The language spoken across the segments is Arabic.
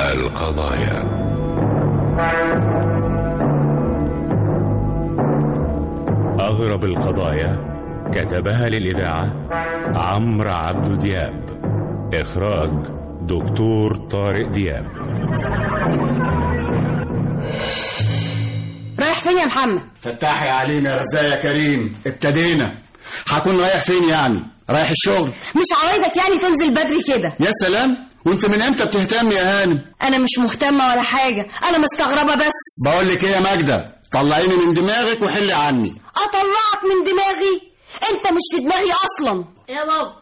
القضايا أغرب القضايا كتبها للإذاعة عمرو عبد دياب إخراج دكتور طارق دياب رايح فين يا محمد فتحي علينا رزايا يا كريم ابتدينا هكون رايح فين يعني رايح الشغل مش عوايدك يعني تنزل بدري كده يا سلام وانت من امتى بتهتم يا هانم انا مش مهتمه ولا حاجه انا مستغربه بس بقول لك ايه يا ماجده طلعيني من دماغك وحلي عني اطلعك من دماغي انت مش في دماغي اصلا يا بابا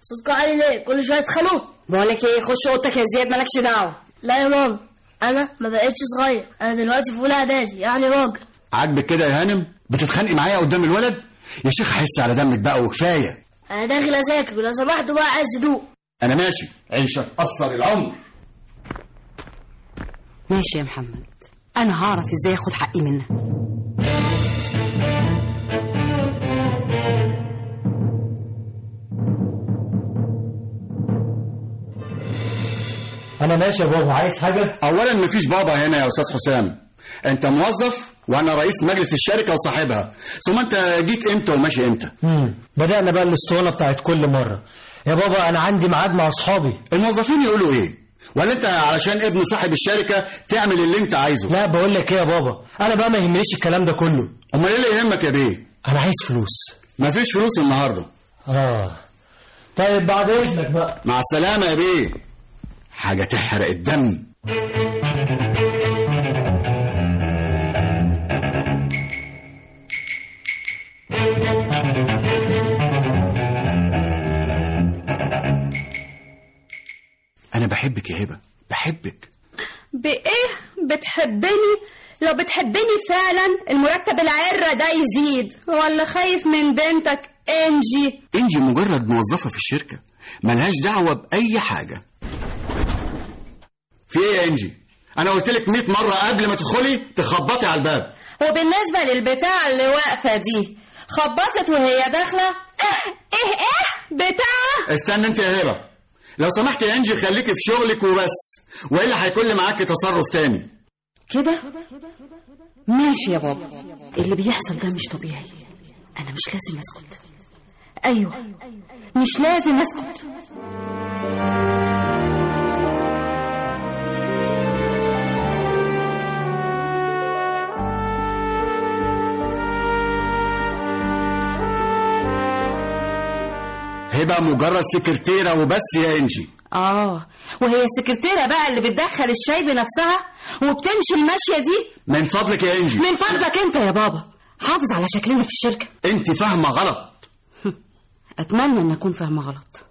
صوتكوا عالي ليه كل شويه تخانقوا بقولك ايه خش اوضتك يا زياد مالكش دعوه لا يا ماما انا ما بقتش صغير انا دلوقتي في اولى اعدادي يعني راجل عاجبك كده يا هانم بتتخانقي معايا قدام الولد يا شيخ هحس على دمك بقى وكفايه انا داخل اذاكر ولو سمحتوا بقى عايز هدوء انا ماشي عيشك قصر العمر ماشي يا محمد انا هعرف ازاي اخد حقي منك انا ماشي يا بابا عايز حاجه اولا مفيش بابا هنا يا استاذ حسام انت موظف وانا رئيس مجلس الشركه وصاحبها ثم انت جيت امتى وماشي امتى امم بدانا بقى الاسطوانه بتاعت كل مره يا بابا انا عندي ميعاد مع اصحابي الموظفين يقولوا ايه ولا انت علشان ابن صاحب الشركه تعمل اللي انت عايزه لا بقول لك ايه يا بابا انا بقى ما يهمنيش الكلام ده كله امال ايه اللي يهمك يا بيه انا عايز فلوس مفيش فلوس النهارده اه طيب بعد اذنك بقى مع السلامه يا بيه حاجه تحرق الدم انا بحبك يا هبه بحبك بإيه بتحبني لو بتحبني فعلا المرتب العرة ده يزيد ولا خايف من بنتك انجي انجي مجرد موظفه في الشركه ملهاش دعوه باي حاجه في ايه يا انجي انا قلت لك 100 مره قبل ما تدخلي تخبطي على الباب وبالنسبة للبتاع اللي واقفة دي خبطت وهي داخلة إيه إيه إيه بتاع استنى انت يا هبه لو سمحت يا انجي خليكي في شغلك وبس والا هيكون لي معاكي تصرف تاني كده ماشي يا بابا اللي بيحصل ده مش طبيعي انا مش لازم اسكت ايوه مش لازم اسكت هبه مجرد سكرتيره وبس يا انجي اه وهي السكرتيره بقى اللي بتدخل الشاي بنفسها وبتمشي الماشيه دي من فضلك يا انجي من فضلك انت يا بابا حافظ على شكلنا في الشركه انت فاهمه غلط اتمنى ان اكون فاهمه غلط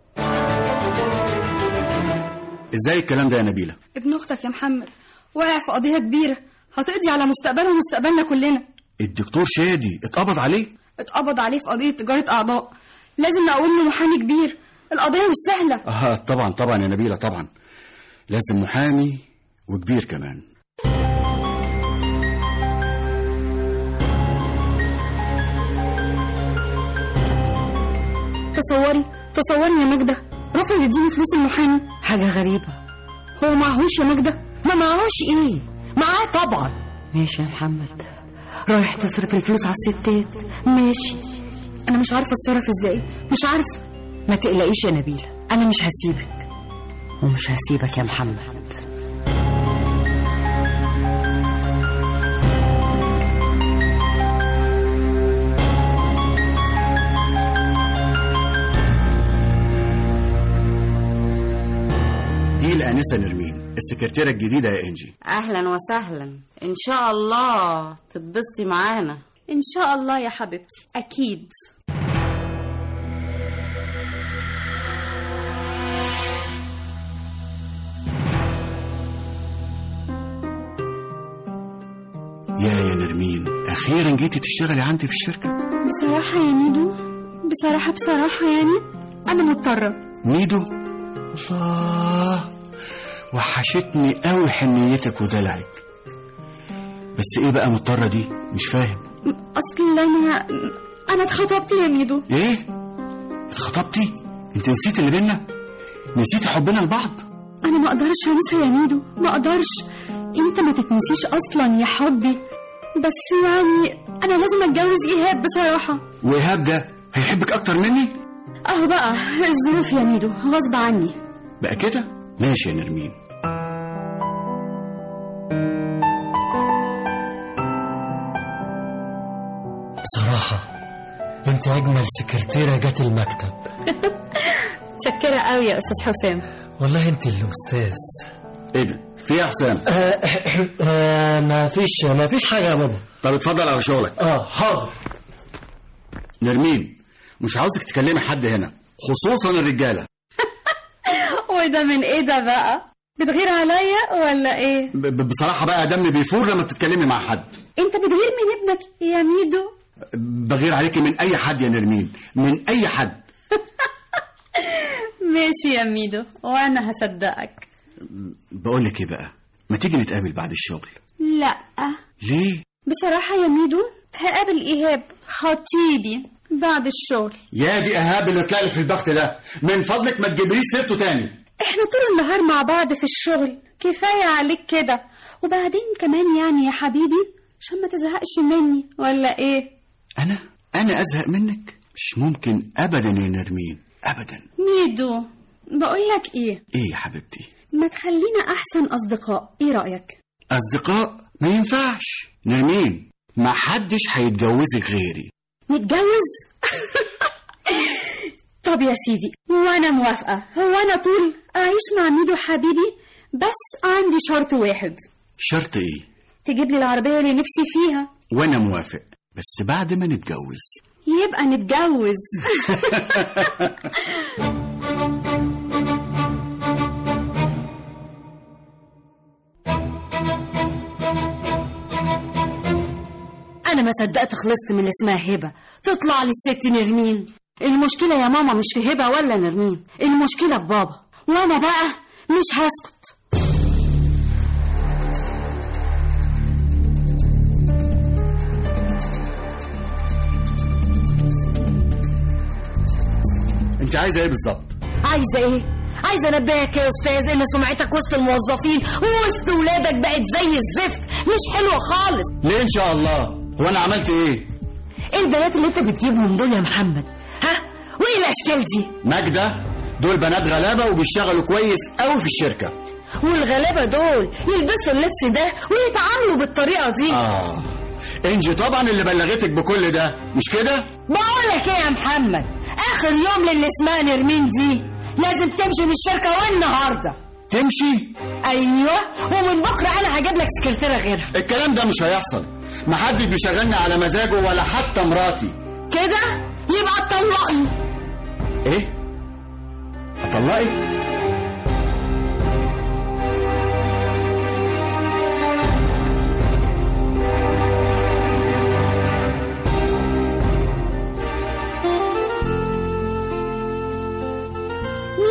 ازاي الكلام ده يا نبيله ابن أختك يا محمد واقع في قضية كبيرة هتقضي على مستقبله ومستقبلنا كلنا الدكتور شادي اتقبض عليه اتقبض عليه في قضية تجارة أعضاء لازم نقوم له محامي كبير القضية مش سهلة اه طبعا طبعا يا نبيله طبعا لازم محامي وكبير كمان تصوري تصوري يا ماجدة رفض يديني فلوس المحامي حاجه غريبه هو معهوش يا ماجدة ما معهوش ايه معاه طبعا ماشي يا محمد رايح تصرف الفلوس على الستات ماشي أنا مش عارفة أتصرف إزاي مش عارفة ما تقلقيش يا نبيلة أنا مش هسيبك ومش هسيبك يا محمد دي الانسه إيه نرمين السكرتيره الجديده يا انجي اهلا وسهلا ان شاء الله تتبسطي معانا إن شاء الله يا حبيبتي أكيد يا يا نرمين اخيرا جيتي تشتغلي عندي في الشركه بصراحة يا ميدو بصراحة بصراحة يعني أنا مضطرة ميدو الله وحشتني قوي حنيتك ودلعك بس ايه بقى مضطره دي مش فاهم أصل أنا أنا اتخطبت يا ميدو إيه؟ ايه اتخطبتي انت نسيت اللي بينا نسيت حبنا لبعض انا ما اقدرش انسى يا ميدو ما اقدرش انت ما تتنسيش اصلا يا حبي بس يعني انا لازم اتجوز ايهاب بصراحه وإيهاب ده هيحبك أكتر مني؟ اهو بقى الظروف يا ميدو غصب عني بقى كده؟ ماشي يا نرمين بصراحة انت اجمل سكرتيرة جت المكتب متشكره قوي يا استاذ حسام والله انت اللي استاذ إيه ده؟ في إيه يا حسام؟ آه، ما فيش ما فيش حاجة يا بابا طب اتفضل على شغلك اه حاضر نرمين مش عاوزك تكلمي حد هنا خصوصا الرجالة وده من ايه ده بقى بتغير عليا ولا ايه ب- ب- بصراحة بقى دمي بيفور لما بتتكلمي مع حد انت بتغير من ابنك يا ميدو بغير عليكي من أي حد يا نرمين من أي حد ماشي يا ميدو وانا هصدقك بقول لك إيه بقى؟ ما تيجي نتقابل بعد الشغل لا ليه؟ بصراحه يا ميدو هقابل ايهاب خطيبي بعد الشغل يا دي إيهاب اللي طلع لي في الضغط ده من فضلك ما تجيبليش سيرته تاني احنا طول النهار مع بعض في الشغل كفاية عليك كده وبعدين كمان يعني يا حبيبي عشان ما تزهقش مني ولا ايه أنا؟ أنا أزهق منك؟ مش ممكن أبدا يا نرمين أبدا ميدو بقولك ايه إيه يا حبيبتي؟ ما تخلينا احسن اصدقاء ايه رأيك أصدقاء ما ينفعش نرمين ما حدش هيتجوزك غيري نتجوز طب يا سيدي وانا موافقة هو انا طول اعيش مع ميدو حبيبي بس عندي شرط واحد شرط إيه؟ تجيب لي العربية اللي نفسي فيها وأنا موافق بس بعد ما نتجوز يبقى نتجوز أنا ما صدقت خلصت من اللي اسمها هبة تطلع لي الست نرمين المشكلة يا ماما مش في هبة ولا نرمين المشكلة في بابا وأنا بقى مش هسكت أنت عايزة إيه بالظبط؟ عايزة إيه؟ عايزة أنبهك يا أستاذ إن سمعتك وسط الموظفين ووسط ولادك بقت زي الزفت مش حلوة خالص ليه إن شاء الله؟ هو أنا عملت إيه؟ إيه البنات اللي أنت بتجيبهم دول يا محمد؟ ها؟ وإيه الأشكال دي؟ ماجدة دول بنات غلابة وبيشتغلوا كويس أوي في الشركة والغلابة دول يلبسوا اللبس ده ويتعاملوا بالطريقة دي آه إنجي طبعا اللي بلغتك بكل ده مش كده؟ بقولك ايه يا محمد اخر يوم للي اسمها نرمين دي لازم تمشي من الشركه والنهارده تمشي؟ ايوه ومن بكره انا هجيب لك سكرتيره غيرها الكلام ده مش هيحصل محدش بيشغلني على مزاجه ولا حتى مراتي كده يبقى اتطلقني ايه اطلقك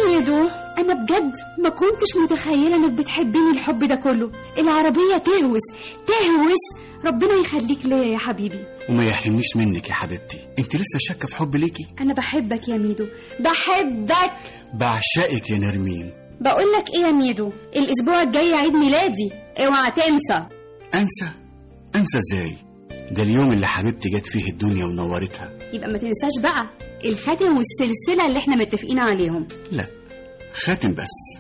ميدو انا بجد ما كنتش متخيله انك بتحبني الحب ده كله العربيه تهوس تهوس ربنا يخليك ليا يا حبيبي وما يحرمنيش منك يا حبيبتي انت لسه شاكه في حب ليكي انا بحبك يا ميدو بحبك بعشقك يا نرمين بقول لك ايه يا ميدو الاسبوع الجاي عيد ميلادي اوعى تنسى انسى انسى ازاي ده اليوم اللي حبيبتي جت فيه الدنيا ونورتها يبقى ما تنساش بقى الخاتم والسلسله اللي احنا متفقين عليهم لا خاتم بس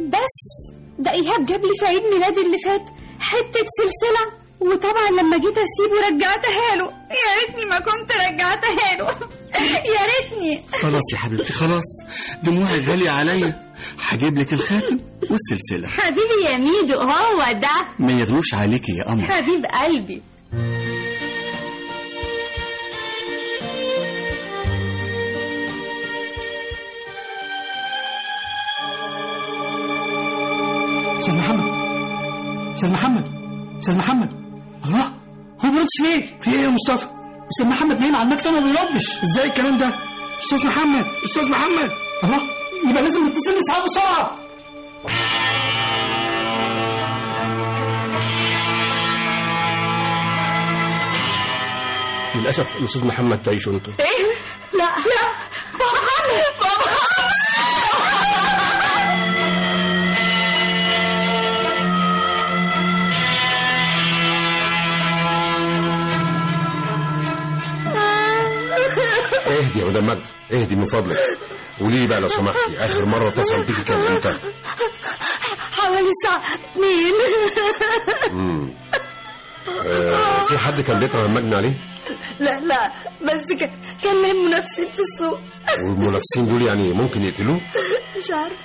بس ده ايهاب جاب لي في عيد ميلادي اللي فات حته سلسله وطبعا لما جيت اسيبه رجعتها له يا ريتني ما كنت رجعتها له يا ريتني خلاص يا حبيبتي خلاص دموعي غاليه عليا هجيب لك الخاتم والسلسله حبيبي يا ميدو هو ده ما يغلوش عليكي يا قمر حبيب قلبي استاذ محمد استاذ محمد استاذ محمد الله هو ما ردش ليه؟ في ايه يا مصطفى؟ استاذ محمد نايم على المكتب ما بيردش ازاي الكلام ده؟ استاذ محمد استاذ محمد الله يبقى لازم نتصل نسعى بسرعه للأسف الأستاذ محمد تعيش أنتم لا لا بابا محمد بابا محمد اهدي يا مدام مجد اهدي من فضلك قولي لي بقى لو سمحتي اخر مره اتصل بيكي كان امتى حوالي ساعة اتنين آه، في حد كان بيكره المجني عليه لا لا بس ك- كان ليه منافسين في السوق والمنافسين دول يعني ممكن يقتلوه مش عارفة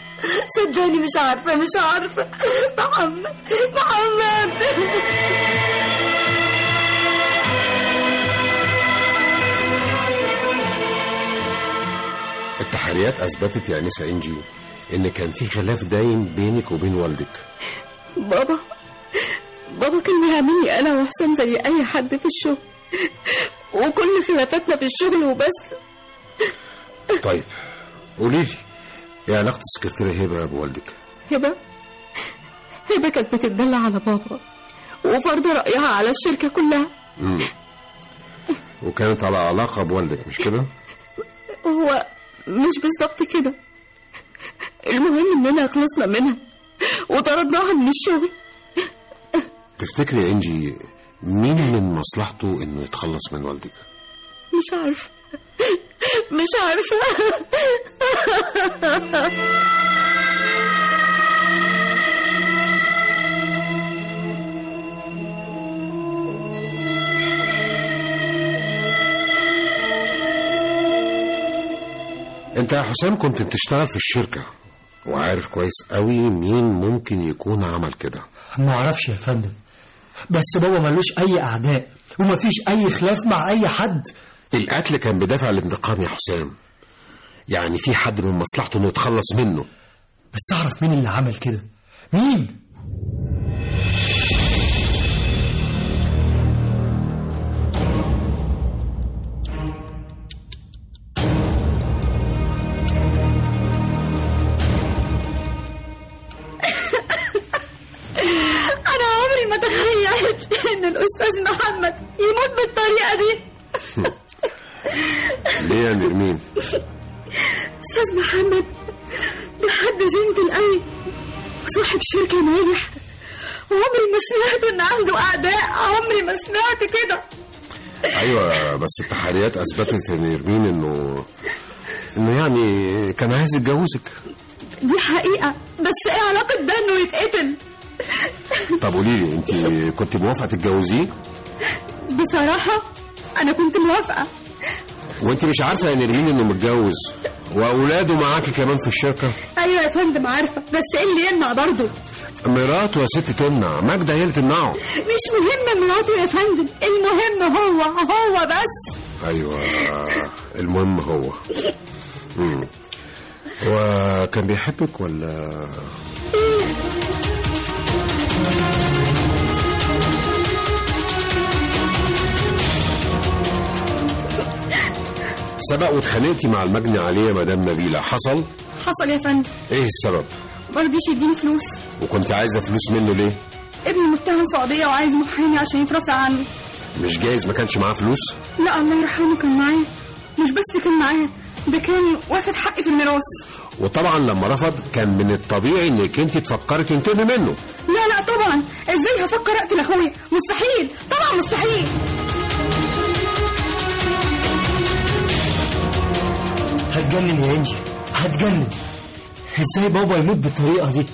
صدقني مش عارفة مش عارفة محمد محمد التحريات يعني اثبتت يا انسه انجي ان كان في خلاف دايم بينك وبين والدك بابا بابا كان بيعاملني انا وحسام زي اي حد في الشغل وكل خلافاتنا في الشغل وبس طيب قولي لي ايه علاقه السكرتيره هبه بوالدك هبه هبه كانت بتتدلع على بابا وفرض رايها على الشركه كلها مم. وكانت على علاقه بوالدك مش كده هو مش بالظبط كده المهم اننا خلصنا منها وطردناها من الشغل تفتكري يا انجي مين من مصلحته انه يتخلص من والدك مش عارفه مش عارفه انت يا حسام كنت بتشتغل في الشركه وعارف كويس قوي مين ممكن يكون عمل كده ما اعرفش يا فندم بس بابا ملوش اي اعداء ومفيش اي خلاف مع اي حد القتل كان بدافع الانتقام يا حسام يعني في حد من مصلحته انه يتخلص منه بس اعرف مين اللي عمل كده مين انا عمري ما تخيلت ان الاستاذ محمد يموت بالطريقه دي ليه يا نرمين استاذ محمد ده حد جنتل قوي وصاحب شركه ناجح وعمري ما سمعت ان عنده اعداء عمري ما سمعت كده ايوه بس التحريات اثبتت يا نرمين انه انه يعني كان عايز يتجوزك دي حقيقه بس ايه علاقه ده انه يتقتل طب قولي لي انت كنت موافقه تتجوزيه بصراحه انا كنت موافقه وانت مش عارفه يا نرمين انه متجوز واولاده معاكي كمان في الشركه ايوه يا فندم عارفه بس ايه اللي يمنع برضه مراته يا ست تمنع ماجده هي اللي تمنعه مش مهم مراته يا فندم المهم هو هو بس ايوه المهم هو مم. وكان بيحبك ولا سبق واتخانقتي مع المجني عليه يا مدام نبيلة حصل حصل يا فندم ايه السبب مرضيش يديني فلوس وكنت عايزة فلوس منه ليه ابني متهم في قضيه وعايز محامي عشان يترافع عنه مش جايز ما كانش معاه فلوس لا الله يرحمه كان معايا مش بس كان معايا ده كان واخد حقي في الميراث وطبعا لما رفض كان من الطبيعي انك انت تفكري تنتقمي منه لا لا طبعا ازاي هفكر اقتل اخويا مستحيل طبعا مستحيل هتجنن يا انجي هتجنن ازاي بابا يموت بالطريقه دي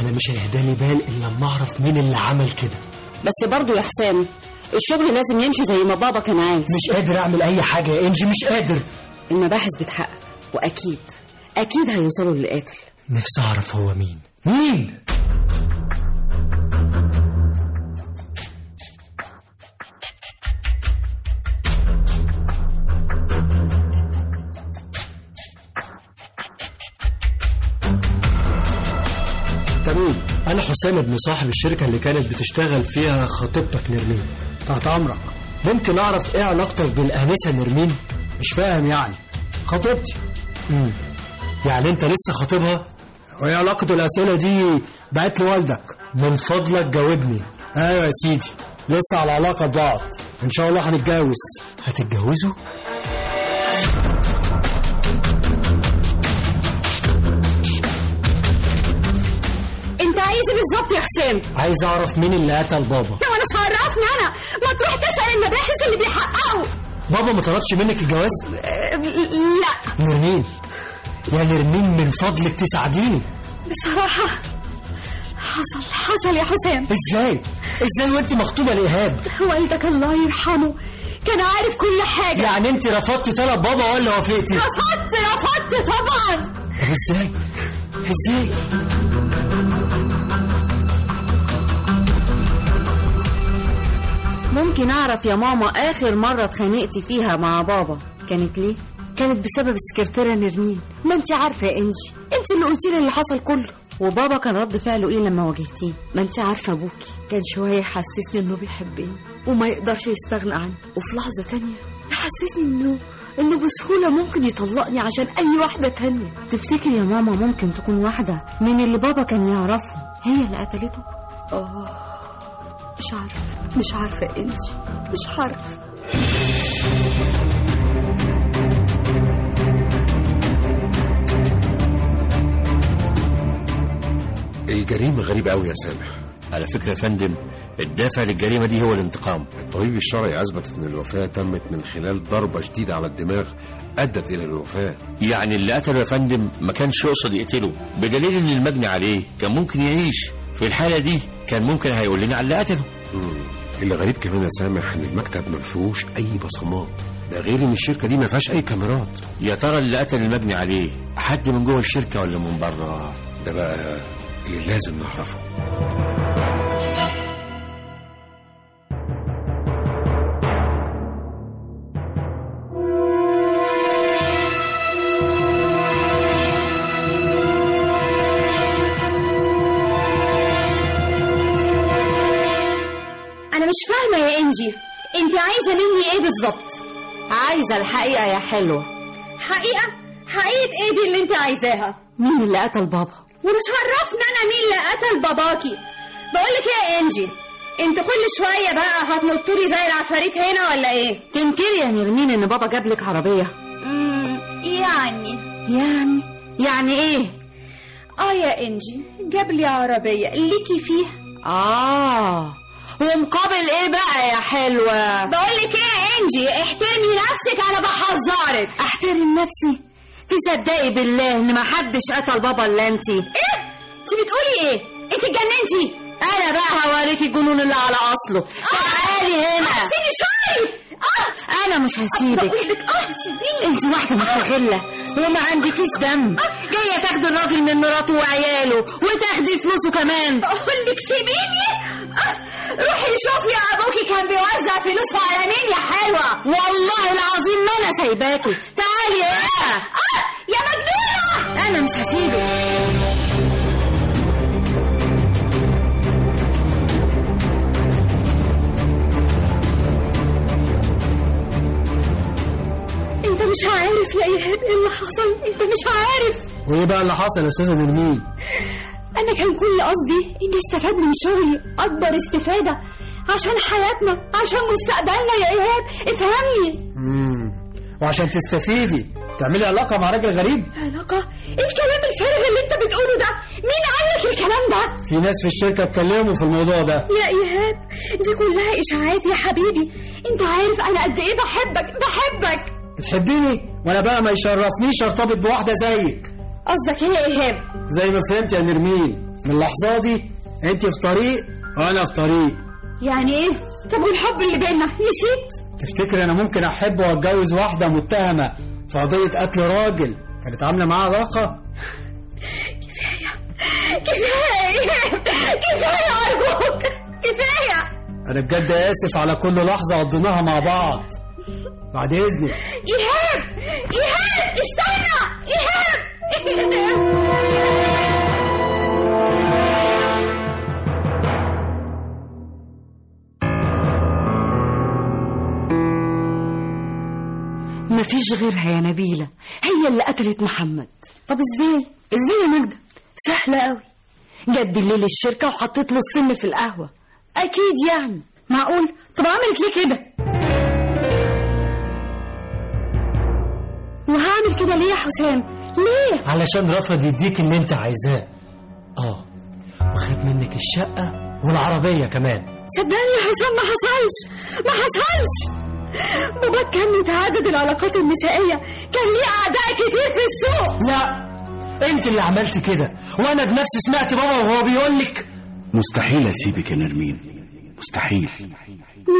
انا مش هيهداني بال الا لما اعرف مين اللي عمل كده بس برضو يا حسام الشغل لازم يمشي زي ما بابا كان عايز مش قادر اعمل اي حاجه يا انجي مش قادر المباحث بتحقق واكيد اكيد هيوصلوا للقاتل نفسي اعرف هو مين مين تمام انا حسام ابن صاحب الشركه اللي كانت بتشتغل فيها خطيبتك نرمين تحت امرك ممكن اعرف ايه علاقتك بالانسه نرمين مش فاهم يعني خطيبتي امم يعني انت لسه خاطبها وايه علاقه الاسئله دي بقت لوالدك من فضلك جاوبني ايوه يا سيدي لسه على علاقه ببعض ان شاء الله هنتجوز هتتجوزوا انت عايز إيه ايه بالظبط يا حسام عايز اعرف مين اللي قتل بابا لو انا مش هعرفني انا ما تروح تسال المباحث اللي بيحققوا بابا ما طلبش منك الجواز آه، لا نرمين يا نرمين من فضلك تساعديني بصراحة حصل حصل يا حسام ازاي ازاي وانت مخطوبه لايهاب والدك الله يرحمه كان عارف كل حاجة يعني انت رفضتي طلب بابا ولا وافقتي رفضت رفضت طبعا طب ازاي ازاي ممكن أعرف يا ماما آخر مرة اتخانقتي فيها مع بابا كانت ليه؟ كانت بسبب السكرتيرة نرمين ما انت عارفة يا انجي انت اللي قلتي لي اللي حصل كله وبابا كان رد فعله ايه لما واجهتيه ما انت عارفة ابوكي كان شوية يحسسني انه بيحبني وما يقدرش يستغنى عني وفي لحظة تانية يحسسني انه انه بسهولة ممكن يطلقني عشان اي واحدة تانية تفتكري يا ماما ممكن تكون واحدة من اللي بابا كان يعرفه هي اللي قتلته؟ اه مش عارفة مش عارفة انجي مش عارفة الجريمه غريبه قوي يا سامح على فكرة يا فندم الدافع للجريمة دي هو الانتقام الطبيب الشرعي اثبت ان الوفاه تمت من خلال ضربه شديده على الدماغ ادت الى الوفاه يعني اللي قتله يا فندم ما كانش يقصد يقتله بدليل ان المجني عليه كان ممكن يعيش في الحالة دي كان ممكن هيقول لنا على اللي قتله مم. اللي غريب كمان يا سامح ان المكتب ما فيهوش اي بصمات ده غير ان الشركه دي ما فيهاش اي كاميرات يا ترى اللي قتل المجني عليه حد من جوه الشركة ولا من بره ده بقى اللي لازم نعرفه أنا مش فاهمة يا إنجي أنت عايزة مني إيه بالظبط عايزة الحقيقة يا حلوة حقيقة حقيقة إيه دي اللي أنت عايزاها مين اللي قتل بابا؟ ومش عرفنا انا مين اللي قتل باباكي بقولك ايه يا انجي انت كل شويه بقى هتنطري زي العفاريت هنا ولا ايه تنكري يا نرمين ان بابا جاب لك عربيه يعني يعني يعني ايه اه يا انجي جاب لي عربيه ليكي فيها اه ومقابل ايه بقى يا حلوه بقولك ايه يا انجي احترمي نفسك انا بحذرك احترم نفسي تصدقي بالله ان محدش قتل بابا الا انتي ايه انت بتقولي ايه انت اتجننتي انا بقى هوريكي الجنون اللي على اصله آه. تعالي هنا سيبي شعري اه انا آه، مش هسيبك بقولك اه سيبيني آه. انت واحده مستغله وما عندكيش دم جايه تاخدي الراجل من مراته وعياله وتاخدي فلوسه كمان بقول لك سيبيني آه، روحي شوفي يا ابوكي كان بيوزع فلوسه على مين يا حلوه والله العظيم ما انا سايباكي تعالي هنا آه، يا مجنونه انا مش هسيبك انت مش عارف يا ايهاب ايه اللي حصل انت مش عارف وايه بقى اللي حصل يا استاذه نرمين انا كان كل قصدي اني استفاد من شغلي اكبر استفاده عشان حياتنا عشان مستقبلنا يا ايهاب افهمني امم وعشان تستفيدي تعملي علاقه مع راجل غريب علاقه ايه الكلام الفارغ اللي انت بتقوله ده مين قال لك الكلام ده في ناس في الشركه اتكلموا في الموضوع ده يا ايهاب دي كلها اشاعات يا حبيبي انت عارف انا قد ايه بحبك بحبك بتحبيني وانا بقى ما يشرفنيش ارتبط بواحده زيك قصدك ايه يا ايهاب زي ما فهمت يا نرمين من اللحظه دي انت في طريق وانا في طريق يعني ايه طب والحب اللي بينا نسيت تفتكر انا ممكن احب واتجوز واحده متهمه في قضيه قتل راجل كانت عامله معاه علاقه كفايه يا ايهاب كفايه ارجوك كفايه انا بجد اسف على كل لحظه قضيناها مع بعض بعد اذنك ايهاب ايهاب استنى ايهاب مفيش غيرها يا نبيلة هي اللي قتلت محمد طب ازاي؟ ازاي يا ماجدة؟ سهلة قوي جت بالليل الشركة وحطيت له السم في القهوة أكيد يعني معقول؟ طب عملت ليه كده؟ وهعمل كده ليه يا حسام؟ ليه؟ علشان رفض يديك اللي انت عايزاه اه وخد منك الشقه والعربيه كمان صدقني يا حسام ما حصلش ما حصلش باباك كان متعدد العلاقات النسائية كان ليه أعداء كتير في السوق لا انت اللي عملت كده وانا بنفسي سمعت بابا وهو بيقول لك مستحيل اسيبك يا نرمين مستحيل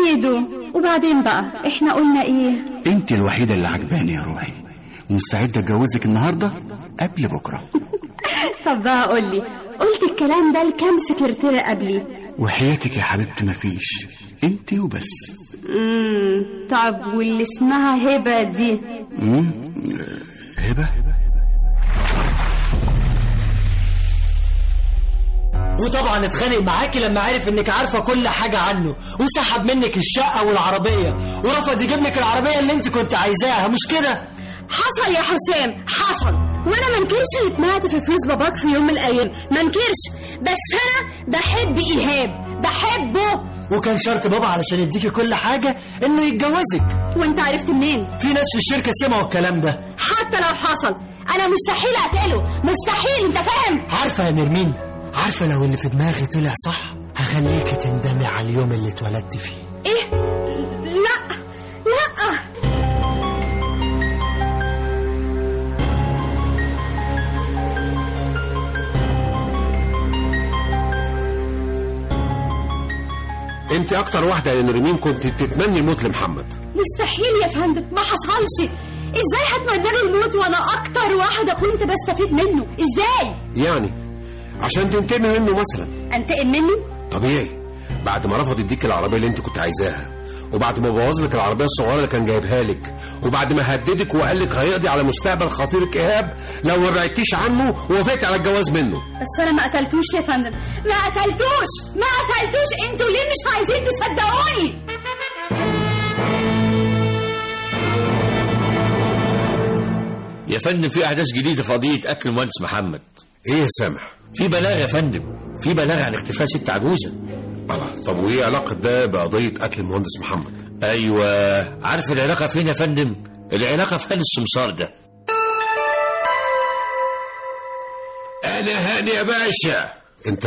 ميدو وبعدين بقى احنا قلنا ايه انت الوحيده اللي عجباني يا روحي ومستعد اتجوزك النهارده قبل بكره طب بقى قولي قلت الكلام ده لكام سكرتيرة قبلي وحياتك يا حبيبتي مفيش انت وبس امم طب واللي اسمها هبة دي مم؟ هبه وطبعا اتخانق معاكي لما عرف انك عارفه كل حاجه عنه وسحب منك الشقه والعربيه ورفض يجيب لك العربيه اللي انت كنت عايزاها مش كده حصل يا حسام حصل وانا ما انكرش اللي اتمعت في فلوس باباك في يوم من الايام ما انكرش بس انا بحب ايهاب بحبه وكان شرط بابا علشان يديكي كل حاجه انه يتجوزك وانت عرفت منين في ناس في الشركه سمعوا الكلام ده حتى لو حصل انا مستحيل اقتله مستحيل انت فاهم عارفه يا نرمين عارفه لو اللي في دماغي طلع صح هخليكي تندمي على اليوم اللي اتولدت فيه ايه لا لا انت اكتر واحده يا نرمين كنت بتتمني الموت لمحمد مستحيل يا فندم ما حصلش ازاي هتمنى له الموت وانا اكتر واحده كنت بستفيد منه ازاي يعني عشان تنتقمي منه مثلا انتقم إيه منه طبيعي بعد ما رفض يديك العربيه اللي انت كنت عايزاها وبعد ما بوظ لك العربيه الصغيره اللي كان جايبها لك وبعد ما هددك وقال لك هيقضي على مستقبل خطيرك ايهاب لو ما بعدتيش عنه ووافقت على الجواز منه بس انا ما قتلتوش يا فندم ما قتلتوش ما قتلتوش انتوا ليه مش عايزين تصدقوني يا فندم في احداث جديده في قضيه قتل المهندس محمد ايه يا سامح في بلاغ يا فندم في بلاغ عن اختفاء ست عجوزه الله آه، طب وايه علاقه ده بقضيه قتل المهندس محمد ايوه عارف العلاقه فين يا فندم العلاقه في هاني السمسار ده انا هاني يا باشا انت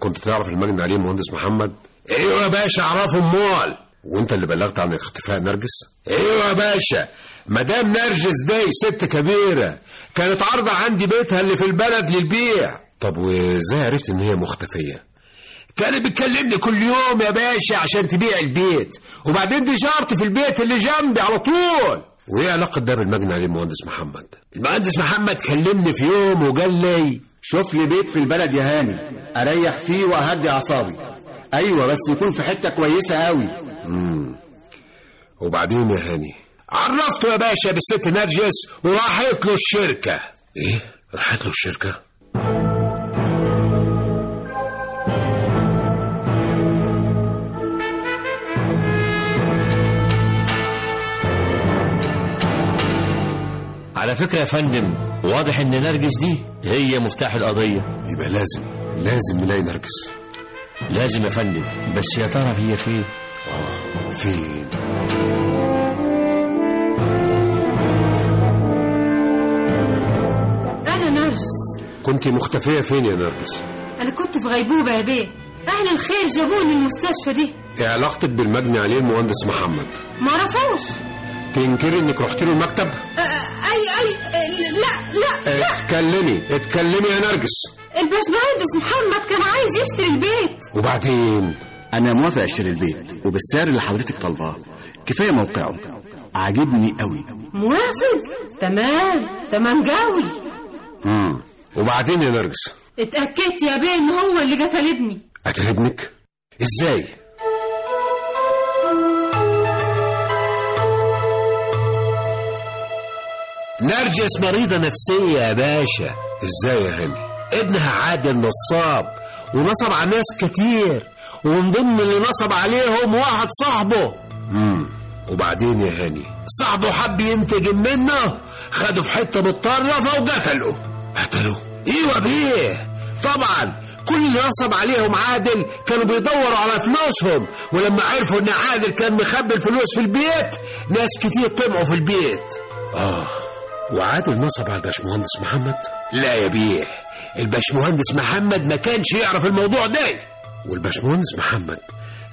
كنت تعرف المجني عليه المهندس محمد ايوه يا باشا اعرفه امال وانت اللي بلغت عن اختفاء نرجس ايوه يا باشا مدام نرجس دي ست كبيره كانت عارضه عندي بيتها اللي في البلد للبيع طب وازاي عرفت ان هي مختفيه كانت بتكلمني كل يوم يا باشا عشان تبيع البيت وبعدين دي جارتي في البيت اللي جنبي على طول وايه علاقه ده بالمجني عليه المهندس محمد المهندس محمد كلمني في يوم وقال لي شوف لي بيت في البلد يا هاني اريح فيه واهدي اعصابي أيوة، ايوه بس يكون في حته كويسه قوي وبعدين يا هاني عرفته يا باشا بالست نرجس وراحت له الشركة ايه راحت له الشركة على فكره يا فندم واضح ان نرجس دي هي مفتاح القضيه يبقى لازم لازم نلاقي نرجس لازم يا فندم بس يا ترى هي فين آه، فين انا نرجس كنت مختفية فين يا نرجس انا كنت في غيبوبه يا بيه اهل الخير جابوني المستشفى دي ايه علاقتك بالمجني عليه المهندس محمد ما عرفوش تنكري انك رحت له المكتب اي اي أه، لا لا أه. إيه. اتكلمي اتكلمي يا نرجس الباشمهندس محمد كان عايز يشتري البيت وبعدين انا موافق اشتري البيت وبالسعر اللي حضرتك طالباه كفايه موقعه عاجبني قوي موافق تمام تمام جوي مم. وبعدين يا نرجس اتأكدت يا بيه ان هو اللي قتل ابني قتل ابنك ازاي نرجس مريضة نفسية يا باشا ازاي يا هاني ابنها عادل نصاب ونصب على ناس كتير ومن ضمن اللي نصب عليهم واحد صاحبه امم وبعدين يا هاني صاحبه حب ينتقم منه خده في حته متطرفه وقتله قتله ايوه بيه طبعا كل اللي نصب عليهم عادل كانوا بيدوروا على فلوسهم ولما عرفوا ان عادل كان مخبي الفلوس في البيت ناس كتير طمعوا في البيت اه وعادل نصب على الباشمهندس محمد لا يا بيه الباشمهندس محمد ما كانش يعرف الموضوع ده والباشمهندس محمد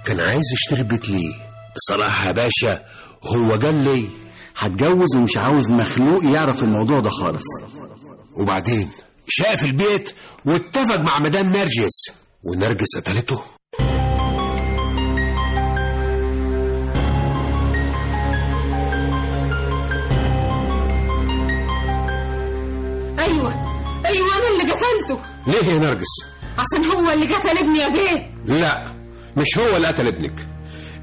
كان عايز يشتري بيت ليه بصراحة يا باشا هو جال لي هتجوز ومش عاوز مخلوق يعرف الموضوع ده خالص وبعدين شاف البيت واتفق مع مدام نرجس ونرجس قتلته ايوه ايوه انا اللي قتلته ليه يا نرجس عشان هو اللي قتل ابني يا بيه لا مش هو اللي قتل ابنك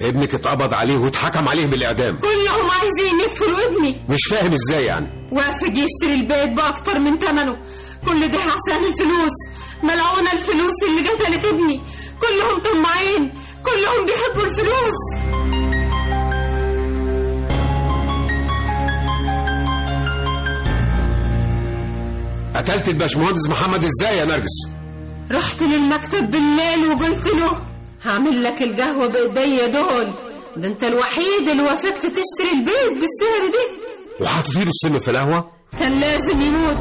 ابنك اتقبض عليه واتحكم عليه بالاعدام كلهم عايزين يقتلوا ابني مش فاهم ازاي يعني وافق يشتري البيت باكتر من ثمنه كل ده عشان الفلوس ملعونة الفلوس اللي قتلت ابني كلهم طماعين كلهم بيحبوا الفلوس قتلت الباشمهندس محمد ازاي يا نرجس رحت للمكتب بالليل وقلت له هعمل لك القهوة بإيديا دول ده انت الوحيد اللي وافقت تشتري البيت بالسعر ده وحاطط ايده السم في القهوه كان لازم يموت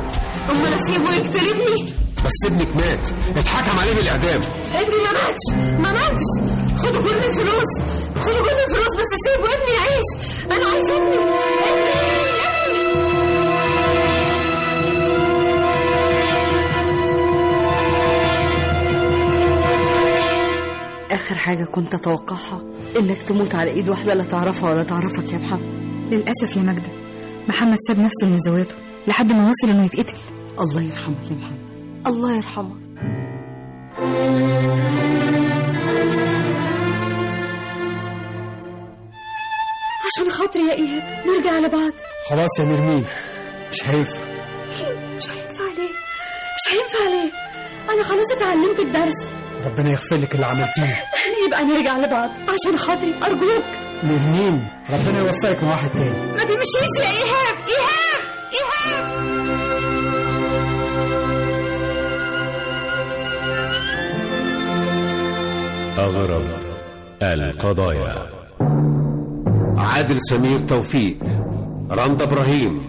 امال اسيبه يقتل ابني بس ابنك مات اتحكم عليه بالاعدام ابني ما ماتش ما ماتش خدوا كل الفلوس خدوا كل الفلوس بس سيبوا ابني يعيش انا عايز ابني ابني آخر حاجة كنت أتوقعها إنك تموت على إيد واحدة لا تعرفها ولا تعرفك يا محمد للأسف يا ماجدة محمد ساب نفسه من زواته لحد ما وصل إنه يتقتل الله يرحمك يا محمد الله يرحمك عشان خاطري يا ايهاب نرجع لبعض خلاص يا نرمين مش هينفع مش هينفع ليه مش هينفع ليه انا خلاص اتعلمت الدرس ربنا يغفر لك اللي عملتيه يبقى نرجع لبعض عشان خاطري ارجوك نرمين ربنا يوفقك مع واحد تاني ما تمشيش يا ايهاب ايهاب ايهاب أغرب القضايا عادل سمير توفيق رندا ابراهيم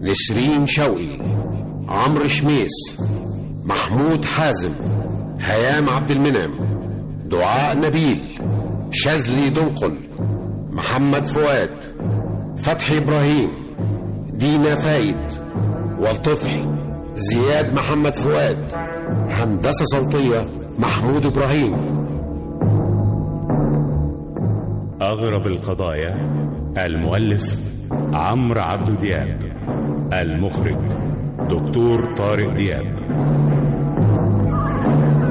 نسرين شوقي عمرو شميس محمود حازم هيام عبد المنعم دعاء نبيل شاذلي دنقل محمد فؤاد فتحي ابراهيم دينا فايد والطفل زياد محمد فؤاد هندسه صوتيه محمود ابراهيم أغرب القضايا المؤلف عمرو عبد دياب المخرج دكتور طارق دياب